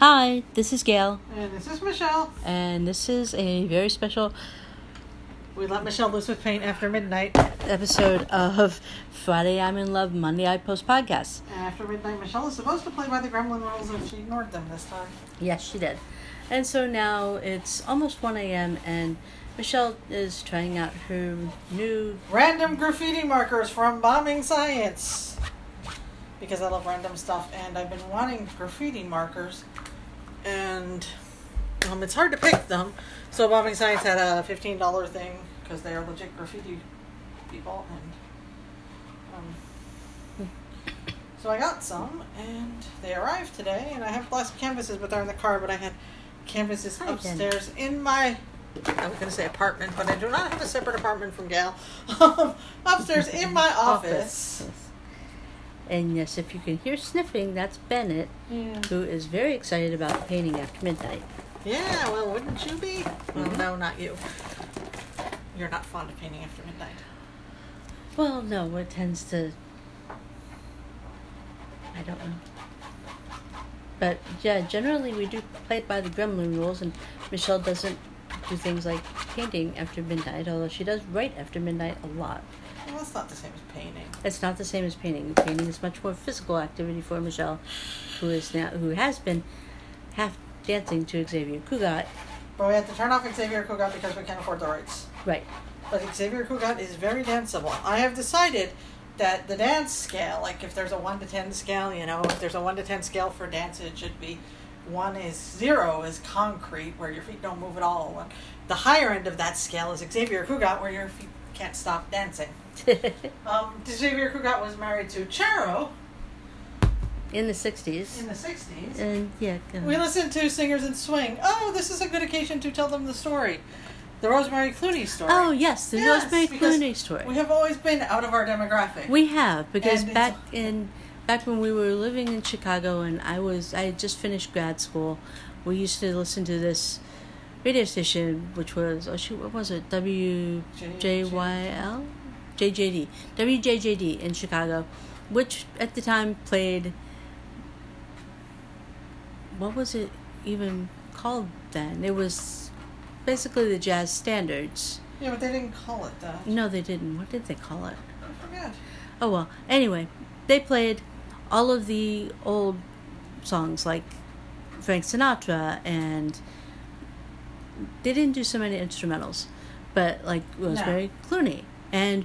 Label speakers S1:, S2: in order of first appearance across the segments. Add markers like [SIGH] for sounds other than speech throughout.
S1: Hi, this is Gail,
S2: And this is Michelle.
S1: and this is a very special
S2: We let Michelle loose with paint after midnight.
S1: episode of Friday I'm in Love, Monday I Post Podcast.
S2: And after midnight, Michelle is supposed to play by the gremlin rules and she ignored them this time.
S1: Yes, she did. And so now it's almost 1 a.m., and Michelle is trying out her new.
S2: Random graffiti markers from Bombing Science. Because I love random stuff and I've been wanting graffiti markers. And um, it's hard to pick them. So Bombing Science had a $15 thing because they are legit graffiti people. And um, So I got some, and they arrived today, and I have lots of canvases, but they're in the car. But I had canvases
S1: Hi, Jen.
S2: upstairs in my. I was going to say apartment, but I do not have a separate apartment from Gal. [LAUGHS] Um, upstairs in my office.
S1: And yes, if you can hear sniffing, that's Bennett,
S2: Yeah.
S1: who is very excited about the painting after midnight.
S2: Yeah. Well, wouldn't you be? Well,
S1: Mhm.
S2: no, not you. You're not fond of painting after midnight.
S1: Well, no, it tends to. I don't know. But yeah, generally we do play it by the gremlin rules, and Michelle doesn't do things like painting after midnight, although she does write after midnight a lot.
S2: Well, that's not the same as painting.
S1: It's not the same as painting. Painting is much more physical activity for Michelle, who is now who has been half dancing to Xavier Cugat.
S2: But we had to turn off Xavier Cugat because we can't afford the rights.
S1: Right. [LAUGHS]
S2: But Xavier Cugat is very danceable. I have decided that the dance scale, like if there's a 1 to 10 scale, you know, if there's a 1 to 10 scale for dance, it should be 1 is 0 is concrete, where your feet don't move at all. One- The higher end of that scale is Xavier Cugat, where your feet can't stop dancing. Um, Xavier Cugat was married to Charo
S1: in the 60s.
S2: in the 60s.
S1: and yeah. go on.
S2: We listened to Singers and Swing. Oh, this is a good occasion to tell them the story. The Rosemary Clooney story.
S1: Oh yes, the
S2: Yes,
S1: Rosemary
S2: because
S1: Clooney story.
S2: We have always been out of our demographic.
S1: We have because
S2: And it's-
S1: back in back when we were living in Chicago and I was I had just finished grad school, we used to listen to this radio station which was oh shoot what was it W J Y L J J D W J J D in Chicago, which at the time played what was it even called then? It was basically the jazz standards.
S2: yeah, but they didn't call it that.
S1: No, they didn't. What did they call it?
S2: I forgot.
S1: Oh well. Anyway, they played all of the old songs like Frank Sinatra and they didn't do so many instrumentals, but like Rosemary Clooney. And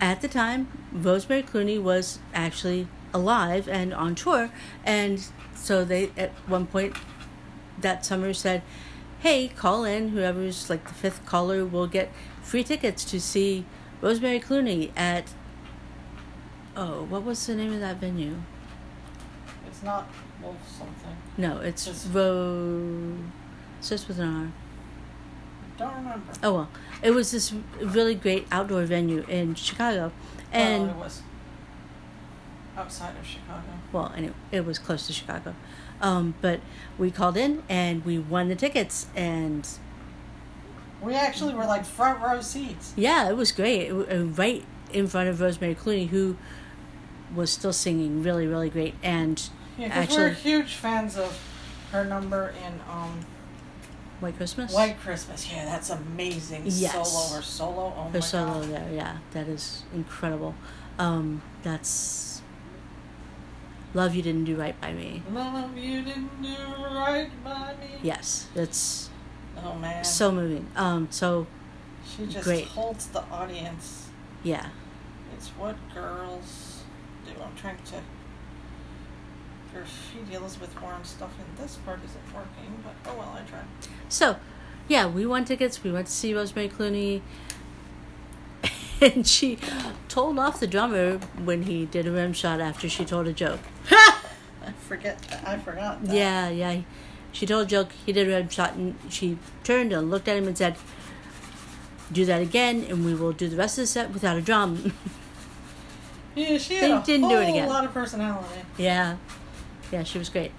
S1: at the time, Rosemary Clooney was actually alive and on tour, and so they at one point that summer said, "Hey, call in. Whoever's like the fifth caller will get free tickets to see Rosemary Clooney at oh, what was the name of that venue?
S2: It's not Wolf something.
S1: No, it's
S2: Just-
S1: Ro. It's just with an R.
S2: Don't remember.
S1: Oh well, it was this really great outdoor venue in Chicago,
S2: well,
S1: and
S2: Oh, it was outside of Chicago.
S1: well, and it, it was close to Chicago. Um, but we called in and we won the tickets, and
S2: We actually were like front row seats. [LAUGHS]
S1: yeah, it was great. It, wa- uh, right in front of Rosemary Clooney, who was still singing really, really great, and
S2: Yeah, because we're
S1: actually,
S2: huge fans of her number in um,
S1: White Christmas,
S2: White Christmas. Yeah, that's amazing.
S1: Yes.
S2: Solo or solo. Oh my
S1: her solo
S2: God.
S1: there, yeah, that is incredible. Um, that's love you didn't do right by me.
S2: Love you didn't do right by me.
S1: Yes, it's
S2: Oh man.
S1: so moving. Um, so
S2: she just
S1: great.
S2: holds the audience.
S1: yeah,
S2: It's what girls do. I'm trying to graffiti Elizabeth Warren stuff in this part isn't working, but oh well, I tried. [LAUGHS]
S1: so yeah, we won tickets. We went to see Rosemary Clooney, [LAUGHS] and she told off the drummer when he did a rim shot after she told a joke.
S2: I forget. I forgot. That.
S1: Yeah, yeah, she told a joke. He did a rim shot, and she turned and looked at him and said, "Do that again, and we will do the rest of the set without a drum." [LAUGHS]
S2: Yeah, she
S1: They
S2: had a
S1: didn't
S2: whole
S1: do it again.
S2: lot of personality.
S1: yeah, yeah, she was great.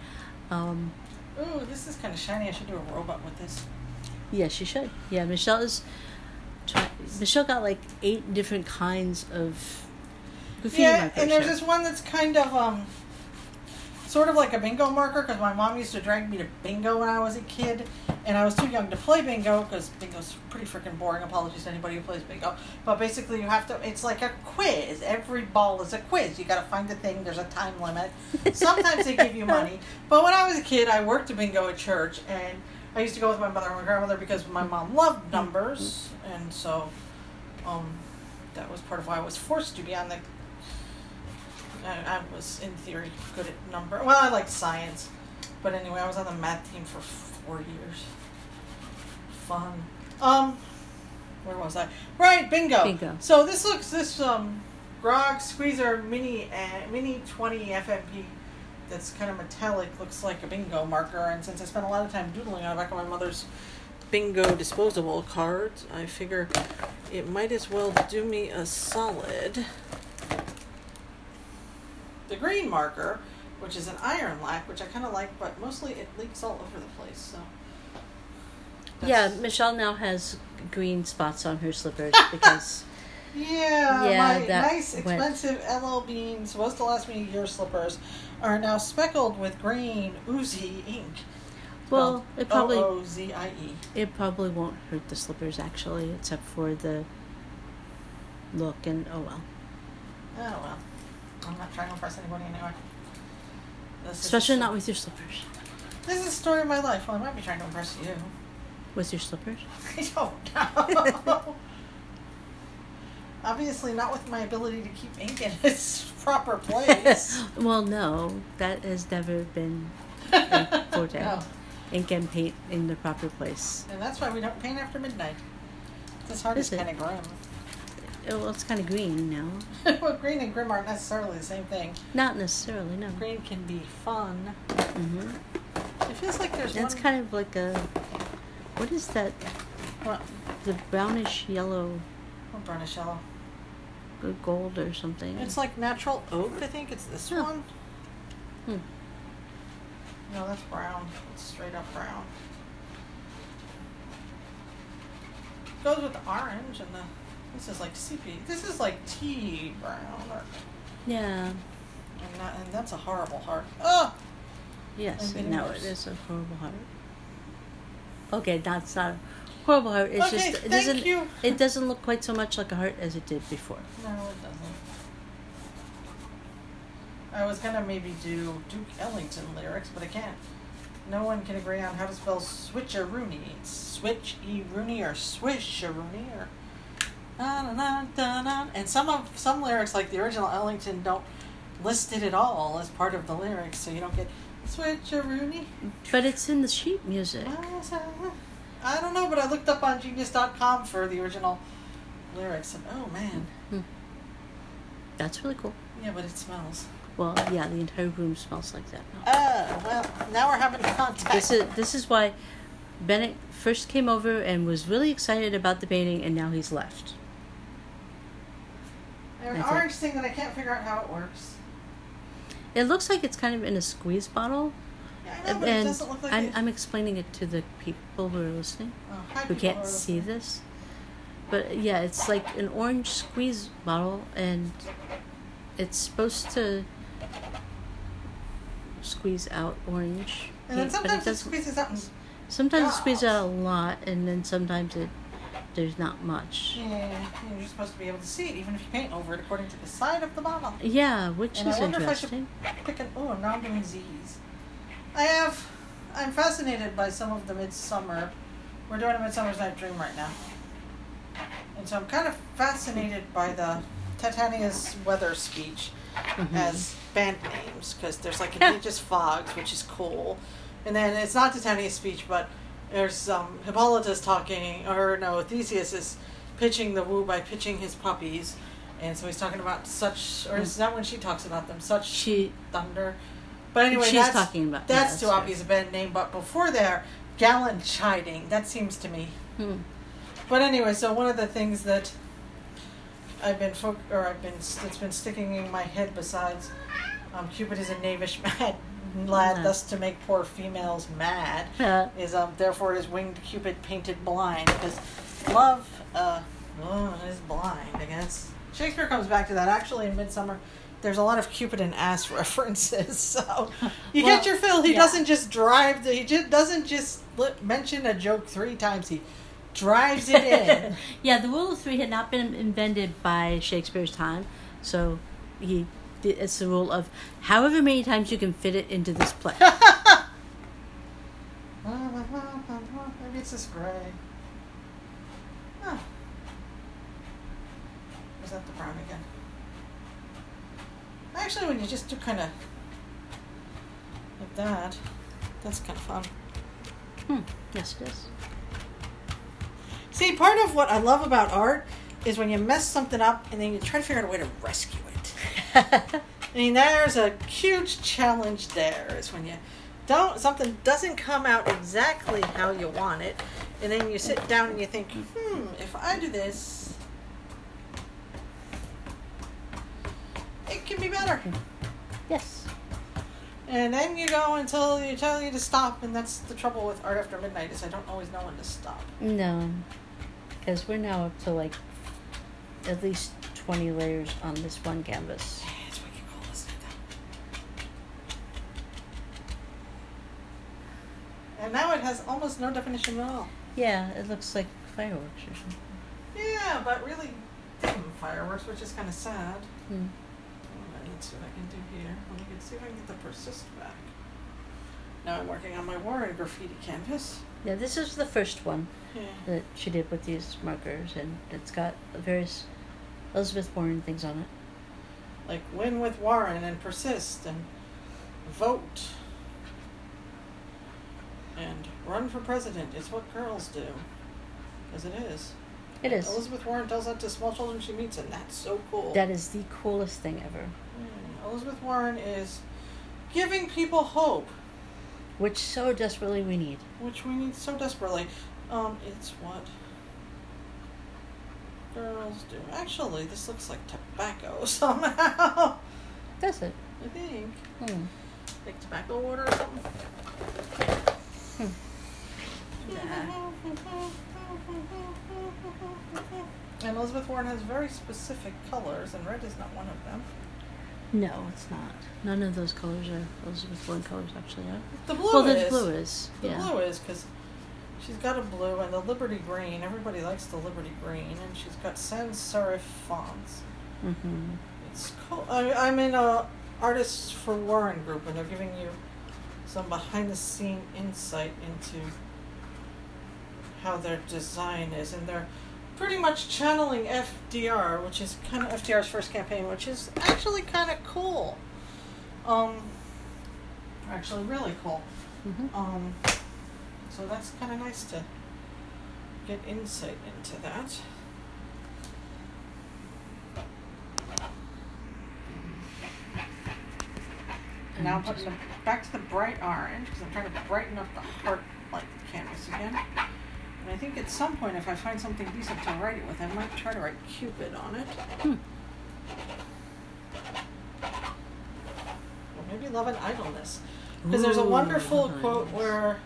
S1: Um,
S2: Ooh, this is kind of shiny. I should do a robot with this.
S1: Yes, she should. Yeah, Michelle is. Try, Michelle got like eight different kinds of graffiti
S2: yeah,
S1: markers.
S2: and there's
S1: here.
S2: this one that's kind of um. sort of like a bingo marker because my mom used to drag me to bingo when I was a kid, and I was too young to play bingo because bingo's pretty freaking boring. Apologies to anybody who plays bingo, but basically you have to. It's like a quiz. Every ball is a quiz. You got to find the thing. There's a time limit. Sometimes they give you money, but when I was a kid, I worked a bingo at church, and I used to go with my mother and my grandmother because my mom loved numbers, and so um, that was part of why I was forced to be on the I, I was in theory good at number. Well, I liked science, but anyway, I was on the math team for four years. Fun. Um, where was I? Right, bingo.
S1: Bingo.
S2: So this looks this um, Grog Squeezer Mini uh, Mini Twenty FMP. That's kind of metallic. Looks like a bingo marker, and since I spent a lot of time doodling on the back of my mother's bingo disposable cards, I figure it might as well do me a solid the green marker, which is an iron lac, which I kind of like, but mostly it leaks all over the place. So.
S1: Yeah,
S2: That's-
S1: Michelle now has green spots on her slippers because
S2: Yeah,
S1: Yeah,
S2: my
S1: that
S2: nice,
S1: went-
S2: expensive LL Bean, supposed to last me a year slippers, are now speckled with green oozy ink.
S1: well, it probably
S2: O O Z I E.
S1: it probably won't hurt the slippers actually, except for the look and oh well.
S2: Oh well, I'm not trying to impress anybody anyway. This is-
S1: Especially not with your slippers.
S2: This is the story of my life. Well, I might be trying to impress you.
S1: With your slippers?
S2: I don't know. [LAUGHS] Obviously, not with my ability to keep ink in its proper place.
S1: [LAUGHS] well, no, that has never been
S2: no. [LAUGHS]
S1: forte. Ink and paint in the proper place.
S2: And that's why we don't paint after midnight. It's hard
S1: Is
S2: as
S1: it?
S2: kind of grim. [LAUGHS]
S1: Oh, Well, it's kind of green now.
S2: well, green and grim aren't necessarily the same thing.
S1: Not necessarily, no.
S2: Green can be fun.
S1: hmm
S2: It feels like there's
S1: That's
S2: one.
S1: kind of like a. What is that?
S2: What?
S1: The brownish yellow,
S2: What brownish yellow?
S1: or gold or something.
S2: It's like natural oak. I think it's this
S1: Huh.
S2: one.
S1: Hmm.
S2: No, that's brown. It's straight up brown. Goes with the orange and the. This is like CP. This is like tea brown. Or,
S1: Yeah.
S2: and, that, and that's a horrible heart. Oh! I'm
S1: Yes.
S2: getting
S1: No,
S2: worse.
S1: it is a horrible heart. Okay, that's uh, not a horrible heart. It's
S2: okay,
S1: just it
S2: thank
S1: doesn't.
S2: you.
S1: It doesn't look quite so much like a heart as it did before.
S2: No, it doesn't. I was gonna maybe do Duke Ellington lyrics, but I can't. No one can agree on how to spell switcheroony. It's switch e rooney or swisheroony or na na na na na. And some of some lyrics, like the original Ellington, don't list it at all as part of the lyrics, so you don't get switcheroony.
S1: But it's in the sheet music.
S2: I don't know, but I looked up on Genius.com for the original lyrics, and oh man,
S1: Hmm. That's really cool.
S2: yeah, but it smells.
S1: Well, yeah, the entire room smells like that. now.
S2: Oh, well, now we're having contact.
S1: This is this is why Bennett first came over and was really excited about the painting, and now he's left.
S2: There's an
S1: that's it.
S2: orange thing that I can't figure out how it works.
S1: It looks like it's kind of in a squeeze bottle,
S2: Yeah, I know,
S1: and
S2: but it doesn't look like
S1: I'm,
S2: it.
S1: I'm explaining it to the people who are listening
S2: oh, hi,
S1: who
S2: people
S1: can't
S2: are
S1: see
S2: listening.
S1: this. But yeah, it's like an orange squeeze bottle, and it's supposed to squeeze out orange.
S2: And then
S1: paint, but
S2: sometimes it,
S1: doesn't-
S2: squeezes out. And,
S1: Sometimes it squeezes
S2: out.
S1: out a lot, and then sometimes it there's not much.
S2: yeah, you're just supposed to be able to see it, even if you paint over it, according to the side of the bottle.
S1: Yeah, which
S2: And I
S1: is
S2: wonder if I should-
S1: interesting.
S2: Pick an. Oh, now I'm doing Z's. I have. I'm fascinated by some of the Midsummer. We're doing a Midsummer's Night Dream right now. And so I'm kind of fascinated by the Titania's weather speech.
S1: Mhm.
S2: as band names because there's like Ignatius Fogs, which is cool, and then it's not Titania's speech, but there's um, Hippolytus talking, or no, Theseus is pitching the woo by pitching his puppies, and so he's talking about such, or is that when she talks about them? Such
S1: she
S2: thunder. But anyway,
S1: She's
S2: that's,
S1: talking about- yeah,
S2: that's
S1: that's
S2: too
S1: right.
S2: obvious a band name. But before there, gallant chiding. That seems to me
S1: hmm,
S2: but anyway, so one of the things that I've been fo- or I've been that's been sticking in my head besides um, Cupid is a knavish [LAUGHS] mad lad,
S1: Yeah.
S2: thus to make poor females mad,
S1: Yeah.
S2: is um therefore is winged Cupid painted blind because love uh love is blind I guess. Shakespeare comes back to that actually in Midsummer. there's a lot of Cupid and ass [LAUGHS] references. So you
S1: Well,
S2: get your fill. He
S1: yeah.
S2: doesn't just drive. The, he just doesn't just li- mention a joke three times. He drives
S1: [LAUGHS]
S2: it in.
S1: yeah, the rule of three had not been invented by Shakespeare's time, so he it's the rule of however many times you can fit it into this play.
S2: Ah, Maybe it's this gray. Oh. Was that the brown again? Actually, when you just do kind of like that, that's kind of fun.
S1: hmm. Yes, it is.
S2: See, part of what I love about art is when you mess something up and then you try to figure out a way to rescue it. I mean, there's a huge challenge there is when you don't something doesn't come out exactly how you want it, and then you sit down and you think, hmm, if I do this, it can be better.
S1: yes.
S2: And then you go until you tell you to stop, and that's the trouble with art after midnight is I don't always know when to stop.
S1: No, because we're now up to like at least twenty layers on this one canvas.
S2: It's wicked cool, isn't it? though? And now it has almost no definition at all.
S1: Yeah, it looks like fireworks or something.
S2: Yeah, but really dim fireworks, which is kind of sad.
S1: Hmm.
S2: Alright, Let's see what I can do here. Let me get, see if I can get the persist back. Now I'm working on my war and graffiti canvas.
S1: Yeah, this is the first one
S2: Yeah.
S1: that she did with these markers, and it's got various Elizabeth Warren things on it.
S2: Like win with Warren and persist and vote and run for president. It's what girls do. Because it is.
S1: It is.
S2: Elizabeth Warren tells that to small children she meets, and that's so cool.
S1: That is the coolest thing ever.
S2: Mm, Elizabeth Warren is giving people hope,
S1: Which so desperately we need.
S2: which we need so desperately. Um, it's what girls do. Actually, this looks like tobacco [LAUGHS] somehow.
S1: Does it?
S2: I think.
S1: Hmm.
S2: Like tobacco water or something.
S1: Hmm.
S2: [LAUGHS] And Elizabeth Warren has very specific colors, and red is not one of them.
S1: No, it's not. None of those colors are Elizabeth Warren colors, actually. Are.
S2: The blue
S1: well,
S2: is.
S1: the blue is.
S2: The
S1: yeah.
S2: blue is because she's got a blue and the Liberty Green. Everybody likes the Liberty Green, and she's got sans serif fonts.
S1: Mm-hmm.
S2: It's cool. I, I'm in a artists for Warren group, and they're giving you some behind the scene insight into how their design is, and they're pretty much channeling FDR, which is kind of FDR's first campaign, which is actually kind of cool. Um, actually, really cool.
S1: Mm-hmm.
S2: Um, so that's kind of nice to get insight into that. And Now I'm putting them back to the bright orange because I'm trying to brighten up the heart like canvas again. And I think at some point, if I find something decent to write it with, I might try to write Cupid on it.
S1: Hmm.
S2: Or maybe Love and Idleness. Because there's a wonderful
S1: Ooh,
S2: quote
S1: nice.
S2: where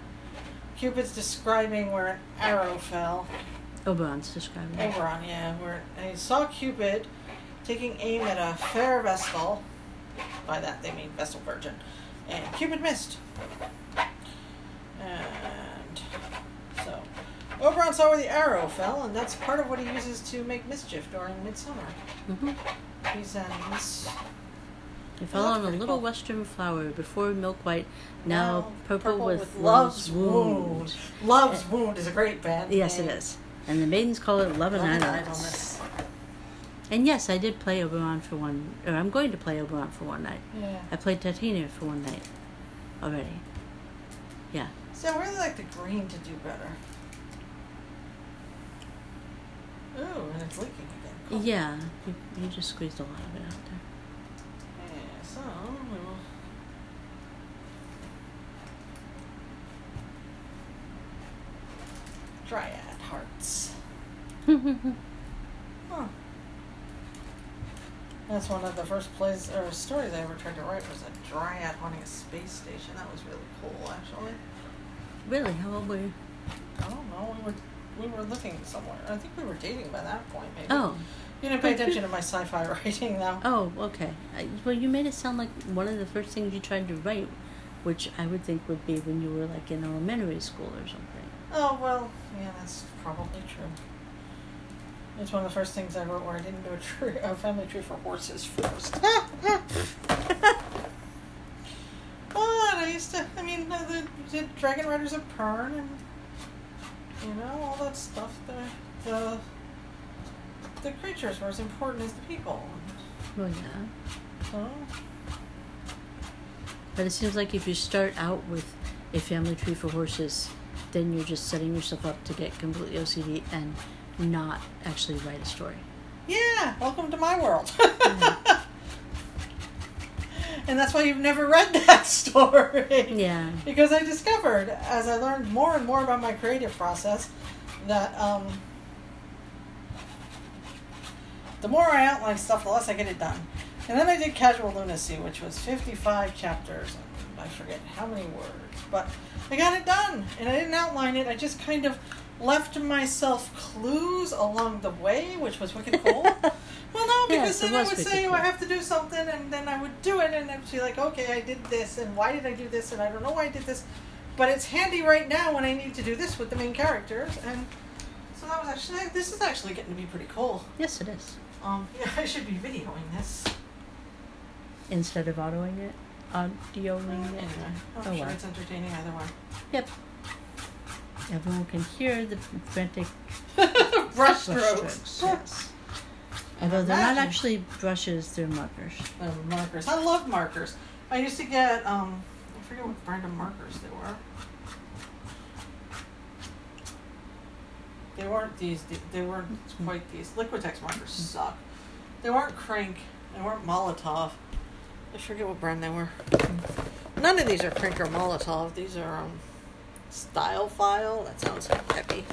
S2: Cupid's describing where an arrow fell.
S1: Oberon's describing Oh, it.
S2: Oberon, yeah, where and he saw Cupid taking aim at a fair vestal. By that they mean vestal virgin, and Cupid missed. And so Oberon saw where the arrow fell, and that's part of what he uses to make mischief during midsummer.
S1: Mm-hmm.
S2: He's um, he's
S1: He fell
S2: that's
S1: on a
S2: pretty
S1: little
S2: cool.
S1: western flower before milk white, now purple, with,
S2: love's, wound.
S1: wound.
S2: Love's wound is a great band.
S1: Yes, it
S2: name.
S1: is. And the maidens call it love and
S2: Love and
S1: idleness.
S2: idleness.
S1: And yes, I did play Oberon for one, or I'm going to play Oberon for one night.
S2: Yeah.
S1: I played Titania for one night already. Yeah.
S2: See, I really like the green to do better. Ooh, and it's leaking again. Cool.
S1: Yeah, you, you just squeezed a lot of it out there.
S2: Yeah, so we will. Dryad hearts.
S1: [LAUGHS]
S2: Huh. That's one of the first plays or stories I ever tried to write was a dryad haunting a space station. That was really cool, actually.
S1: really? How old were you?
S2: I don't know. We were we were living somewhere. I think we were dating by that point, maybe.
S1: Oh,
S2: You didn't pay
S1: But you-
S2: attention to my sci-fi [LAUGHS] writing, though.
S1: oh, okay. I, well, you made it sound like one of the first things you tried to write, which I would think would be when you were like in elementary school or something.
S2: Oh, well, yeah, that's probably true. It's one of the first things I wrote where I didn't do a, tree, a family tree for horses first. [LAUGHS] But I used to, I mean, uh, the, the Dragon Riders of Pern and, you know, all that stuff. The, the, the creatures were as important as the people.
S1: well, yeah.
S2: So,
S1: But it seems like if you start out with a family tree for horses, then you're just setting yourself up to get completely OCD and not actually write a story.
S2: yeah, welcome to my world. [LAUGHS]
S1: Mhm.
S2: and that's why you've never read that [LAUGHS] story.
S1: Yeah.
S2: Because I discovered, as I learned more and more about my creative process, that um, the more I outline stuff, the less I get it done. And then I did Casual Lunacy, which was 55 chapters. and I forget how many words, but I got it done. And I didn't outline it, I just kind of left myself clues along the way, which was
S1: [LAUGHS]
S2: wicked cool. Well, no, because
S1: Yes, it
S2: then I
S1: was
S2: would
S1: pretty
S2: say, oh,
S1: cool.
S2: I have to do something, and then I would do it, and I'd be like, okay, I did this, and why did I do this, and I don't know why I did this, but it's handy right now when I need to do this with the main characters, and so that was actually, this is actually getting to be pretty cool.
S1: Yes, it is.
S2: Um, yeah, I should be videoing this.
S1: Instead of audioing it, audioing
S2: Anyway,
S1: it.
S2: I'm
S1: Oh,
S2: sure
S1: well.
S2: it's entertaining either
S1: Yep. Everyone can hear the frantic
S2: way. [LAUGHS] Brush strokes.
S1: Yes. Although they're not
S2: Imagine.
S1: actually brushes, they're markers.
S2: Uh, markers. I love markers. I used to get, um, I forget what brand of markers they were. They weren't these. They, they weren't quite these. Liquitex markers suck. They weren't Crank. They weren't Molotov. I forget what brand they were. None of these are Crank or Molotov. These are um, Style File. That sounds heavy.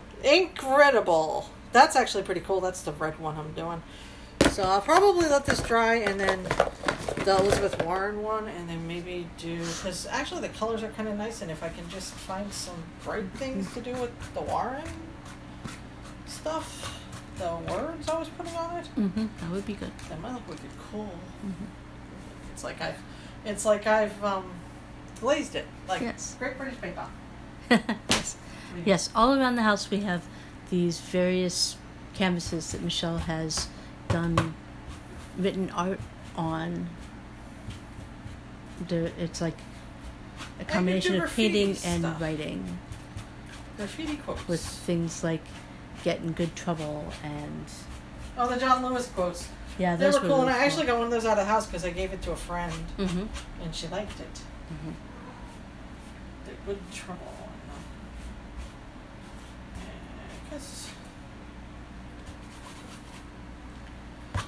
S2: [LAUGHS] Incredible. That's actually pretty cool. That's the red one I'm doing. So I'll probably let this dry and then the Elizabeth Warren one, and then maybe do because actually the colors are kind of nice, and if I can just find some bright things to do with the Warren stuff, the words I was putting on it,
S1: Mm-hmm. That would be good.
S2: that might look wicked cool.
S1: Mhm.
S2: It's like I've, it's like I've um, glazed it like
S1: Yes.
S2: Great British Bake Off.
S1: [LAUGHS] yes. yes, all around the house we have these various canvases that Michelle has done written art on. There, it's like a
S2: do
S1: combination of
S2: graffiti
S1: painting and
S2: stuff.
S1: writing
S2: Graffiti quotes.
S1: with things like get in good trouble and
S2: oh, the John Lewis quotes.
S1: yeah,
S2: They
S1: those
S2: were
S1: were
S2: cool, and I actually got one of those out of the house because I gave it to a friend,
S1: hmm
S2: and she liked it.
S1: hmm
S2: the good trouble. Because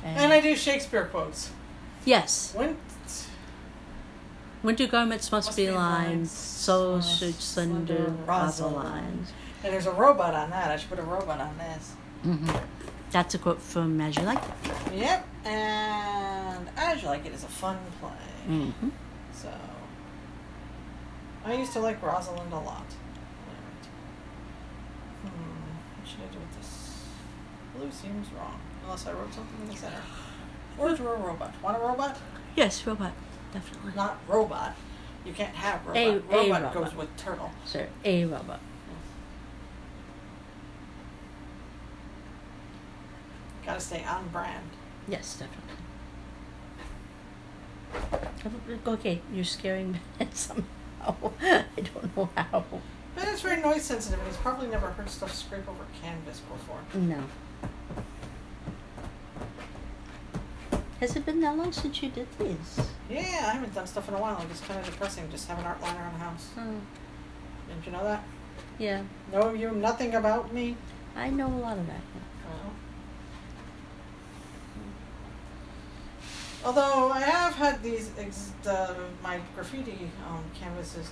S1: And,
S2: and I do Shakespeare quotes.
S1: yes,
S2: When
S1: winter garments must,
S2: Must
S1: be
S2: be
S1: lined,
S2: lined,
S1: so
S2: so
S1: should slender
S2: slender
S1: Rosalines.
S2: and there's a robot on that, I should put a robot on this.
S1: hmm That's a quote from As You Like It.
S2: Yep, and As You Like It is a fun play.
S1: Mm-hmm.
S2: So I used to like Rosalind a lot. Hmm, what should I do with this? Blue seems wrong, unless I wrote something in the center. Or drew a robot. Want a robot?
S1: Yes, robot, definitely.
S2: not robot. You can't have robot.
S1: A- a
S2: robot,
S1: robot.
S2: goes with turtle.
S1: Sir, a robot.
S2: Gotta stay on brand.
S1: Yes, definitely. Okay, you're scaring
S2: [LAUGHS]
S1: me somehow. I don't know how.
S2: But it's very noise sensitive, and he's probably never heard stuff scrape over canvas before.
S1: No. Has it been that long since you did these?
S2: Yeah, I haven't done stuff in a while. Like, It's kind of depressing just have an art liner on the house.
S1: Hmm.
S2: Didn't you know that?
S1: Yeah,
S2: Know you nothing about me?
S1: I know a lot of that.
S2: Well. Although I have had these ex- the, my graffiti um, canvases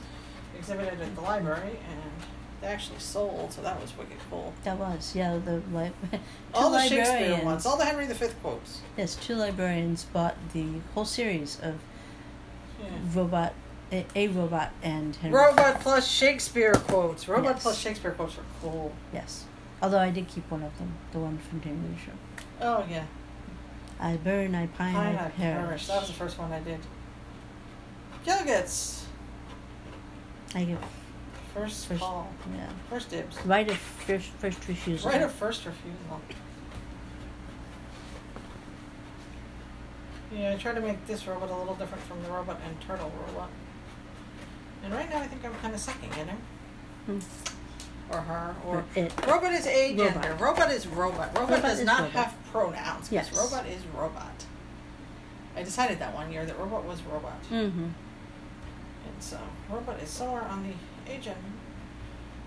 S2: exhibited at the library, and they actually sold, so that was wicked cool.
S1: That was yeah. The li- [LAUGHS] two
S2: all the
S1: librarians.
S2: Shakespeare ones, all the Henry V quotes.
S1: yes, two librarians bought the whole series of
S2: Yeah.
S1: robot a, a robot and Henry.
S2: Robot plus Shakespeare quotes. Robot
S1: Yes.
S2: plus Shakespeare quotes are cool.
S1: Yes. Although I did keep one of them, the one from Henry Show.
S2: Oh yeah.
S1: I burn, I pine,
S2: Pine
S1: I,
S2: I
S1: perish.
S2: perish. That was the first one I did. Gilgits.
S1: I give
S2: First,
S1: first,
S2: call.
S1: yeah.
S2: First dibs.
S1: Right of first, first refusal.
S2: Right of first refusal. Yeah, I tried to make this robot a little different from the robot and turtle robot. And right now I think I'm kind of sucking at him.
S1: Hmm.
S2: Or her. Or
S1: Or it.
S2: Robot is agender.
S1: Robot.
S2: Robot. is robot. Robot,
S1: Robot
S2: does
S1: is
S2: not
S1: robot.
S2: have pronouns. 'cause
S1: Yes.
S2: Robot is robot. I decided that one year that robot was robot.
S1: Mm-hmm.
S2: And so, um, Robot is somewhere on the agent.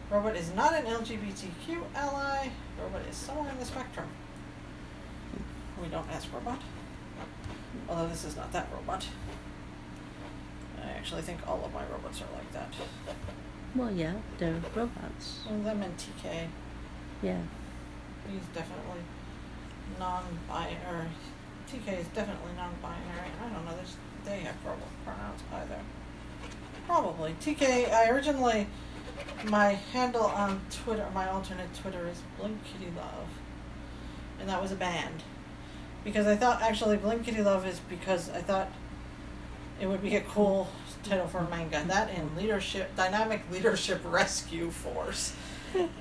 S2: Robot is not an LGBTQ ally. Robot is somewhere in the spectrum. We don't ask Robot. Although this is not that robot. I actually think all of my robots are like that.
S1: Well, yeah, they're robots.
S2: Well, them and TK. [LAUGHS]
S1: Yeah.
S2: He's definitely non-binary. TK is definitely non-binary. I don't know. There's, they have probably pronouns either. Probably TK. I originally my handle on Twitter, my alternate Twitter is Blink Kitty Love, and that was a band because I thought actually Blink Kitty Love is because I thought it would be a cool title for a manga. That and leadership, dynamic leadership rescue force.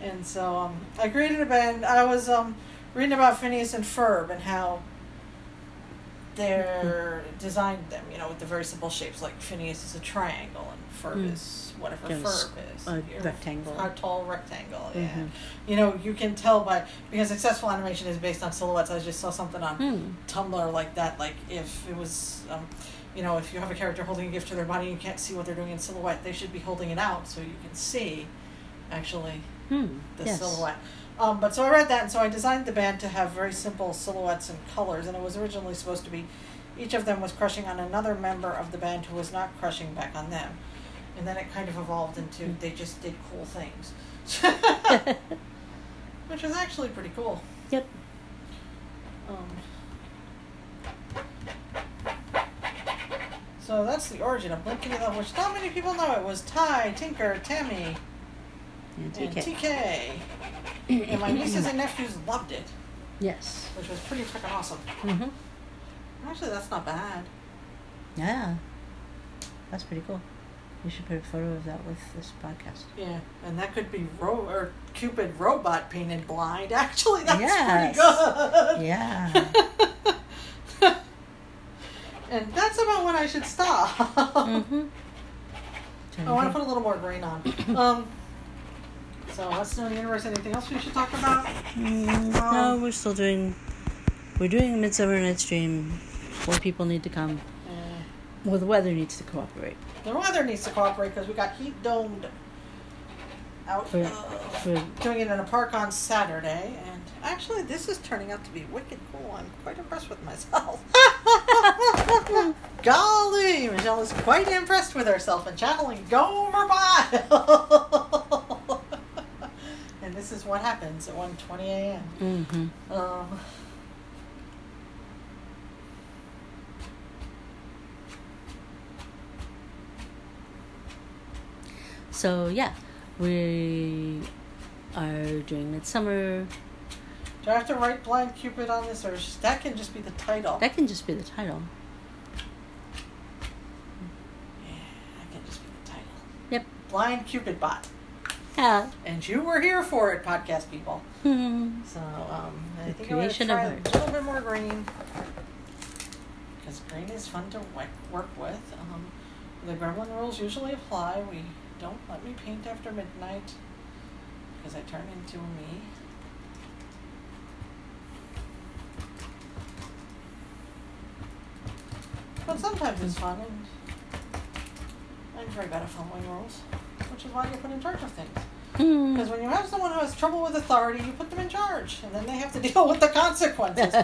S2: And so um, I created a band. I was um, reading about Phineas and Ferb and how they're
S1: Mm-hmm.
S2: designed them, you know, with the very simple shapes. Like Phineas is a triangle and Ferb
S1: Mm.
S2: is whatever
S1: Kind of
S2: Ferb is.
S1: a
S2: You're
S1: rectangle.
S2: A tall rectangle, yeah.
S1: Mhm.
S2: You know, you can tell by, because successful animation is based on silhouettes. I just saw something on
S1: Hmm.
S2: Tumblr like that. Like if it was, um, you know, if you have a character holding a gift to their body, and you can't see what they're doing in silhouette. They should be holding it out so you can see, actually,
S1: Hmm.
S2: the
S1: yes.
S2: silhouette. Um, but so I read that, and so I designed the band to have very simple silhouettes and colors. And it was originally supposed to be, each of them was crushing on another member of the band who was not crushing back on them. And then it kind of evolved into they just did cool things, which was actually pretty cool.
S1: [LAUGHS] Yep.
S2: Um, so that's the origin of Blinkety Love, which not many people know. It was Ty, Tinker, Tammy,
S1: And
S2: and
S1: TK.
S2: TK. And my nieces and nephews loved it,
S1: [COUGHS] Yes.
S2: which was pretty freaking awesome.
S1: Mm-hmm.
S2: Actually, that's not bad.
S1: Yeah. That's pretty cool. We should put a photo of that with this podcast.
S2: Yeah, and that could be ro- or Cupid robot painted blind. [LAUGHS] Actually, that's
S1: Yes.
S2: pretty good.
S1: Yeah.
S2: [LAUGHS] and that's about when I should stop.
S1: mm-hmm.
S2: Oh. [LAUGHS] I want to put a little more green on. Um, so let's know in the universe. Anything else we should talk about?
S1: no, we're still doing. We're doing Midsummer Night's Dream. More people need to come.
S2: Uh,
S1: Well, the weather needs to cooperate
S2: the weather needs to cooperate because we got heat domed out.
S1: for,
S2: uh,
S1: for
S2: [LAUGHS] doing it in a park on Saturday, and actually, this is turning out to be wicked cool. I'm quite impressed with myself. [LAUGHS] Golly, Michelle is quite impressed with herself and channeling Gomer Bile. [LAUGHS] and this is what happens at 1:20 a.m.
S1: hmm
S2: Um,
S1: So yeah, we are doing Midsummer.
S2: do I have to write Blind Cupid on this, or sh- that can just be the title?
S1: That can just be the title.
S2: yeah, that can just be the title.
S1: Yep.
S2: Blind Cupid Bot. [LAUGHS]
S1: Yeah.
S2: And you were here for it, podcast people.
S1: Hmm.
S2: So um, I
S1: The
S2: think I'm gonna
S1: creation
S2: try
S1: of
S2: a
S1: art.
S2: little bit more green because green is fun to work, work with. Um, the gremlin rules usually apply. We don't let me paint after midnight because I turn into me. But sometimes it's fun, and I'm very bad at following rules, which is why I get put in charge of things.
S1: Hmm.
S2: Because when you have someone who has trouble with authority, you put them in charge, and then they have to [LAUGHS] deal with
S1: [LAUGHS]
S2: the consequences.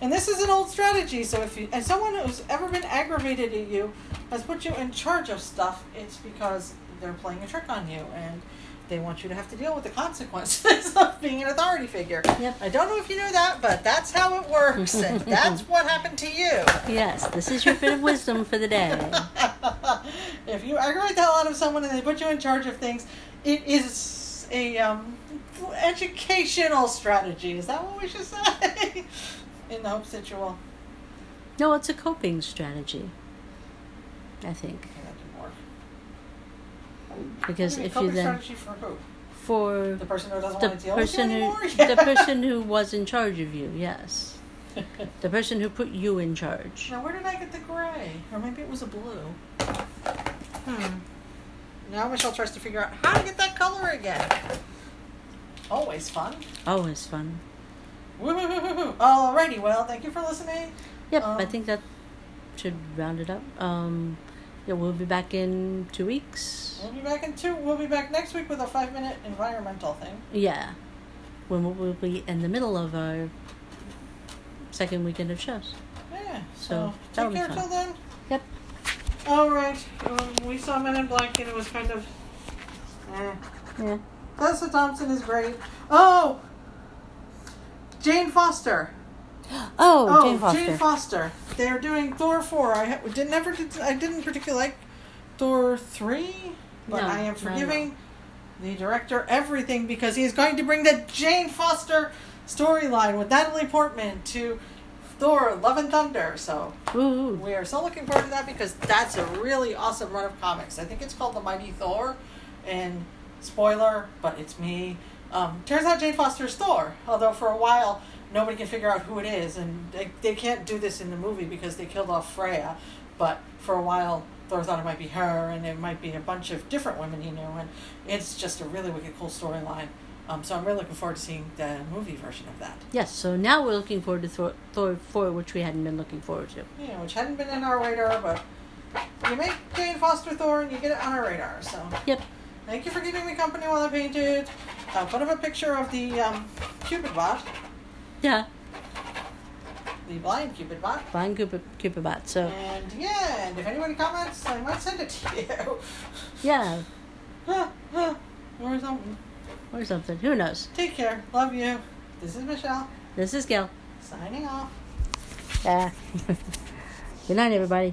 S2: and this is an old strategy. So if you, as someone who's ever been aggravated at you, has put you in charge of stuff, it's because they're playing a trick on you, and they want you to have to deal with the consequences [LAUGHS] of being an authority figure.
S1: Yep.
S2: I don't know if you knew that, but that's how it works, and that's what happened to you.
S1: Yes, this is your bit of wisdom for the day.
S2: [LAUGHS] If you aggravate the hell out of someone and they put you in charge of things, it is a um, educational strategy. Is that what we should say? [LAUGHS] in the hopes that you will.
S1: No, it's a coping strategy. I think
S2: Okay, that didn't work.
S1: because
S2: Wait
S1: if you
S2: a minute, coping
S1: then
S2: strategy for who?
S1: for
S2: The person who doesn't
S1: the
S2: want to deal with you
S1: person
S2: anymore?
S1: who [LAUGHS]
S2: Yeah. [LAUGHS]
S1: the person who was in charge of you, yes, the person who put you in charge.
S2: Now, where did I get the gray? Or maybe it was a blue. Hmm. Now Michelle tries to figure out how to get that color again. Always fun.
S1: Always fun.
S2: Woo hoo hoo hoo hoo. Alrighty, well, thank you for listening.
S1: Yep, I
S2: Um,
S1: think that should round it up. Um, yeah, we'll be back in two weeks.
S2: We'll be back in two. We'll be back next week with a five minute environmental thing.
S1: Yeah, when we- we'll be in the middle of our second weekend of shows.
S2: Yeah.
S1: So,
S2: So,
S1: that'll
S2: take
S1: be
S2: care
S1: fun.
S2: till then.
S1: Yep.
S2: Alright. Um, we saw Men in Black and it was kind of. Eh.
S1: Yeah.
S2: Tessa Thompson is great. Oh! Jane Foster.
S1: Oh,
S2: Oh,
S1: Jane Foster.
S2: They are doing Thor four. I ha- did never did I didn't particularly like Thor three, but
S1: No,
S2: I
S1: not
S2: am
S1: at all.
S2: forgiving the director everything because he's going to bring the Jane Foster storyline with Natalie Portman to Thor Love and Thunder. So
S1: Ooh,
S2: we are so looking forward to that because that's a really awesome run of comics. I think it's called The Mighty Thor, and spoiler, but it's me. Um, turns out Jane Foster's Thor, although for a while nobody can figure out who it is, and they, they can't do this in the movie because they killed off Freya. But for a while, Thor thought it might be her, and it might be a bunch of different women he knew, and it's just a really wicked cool storyline. Um, so I'm really looking forward to seeing the movie version of that.
S1: yes. So now we're looking forward to Thor, Thor four, which we hadn't been looking forward to.
S2: Yeah, which hadn't been on our radar, but you make Jane Foster Thor and you get it on our radar. So
S1: Yep.
S2: thank you for keeping me company while I painted. I put up a picture of the um, Cupid bot,
S1: Yeah.
S2: the blind Cupid bot.
S1: Fine, Cupid, Cupid bot. So
S2: And yeah, and if anybody comments, I might send it to you.
S1: yeah,
S2: [LAUGHS] Huh, huh, or something.
S1: or something. Who knows?
S2: Take care. Love you. This is Michelle
S1: This is Gail.
S2: signing off.
S1: Yeah. [LAUGHS] Good night, everybody.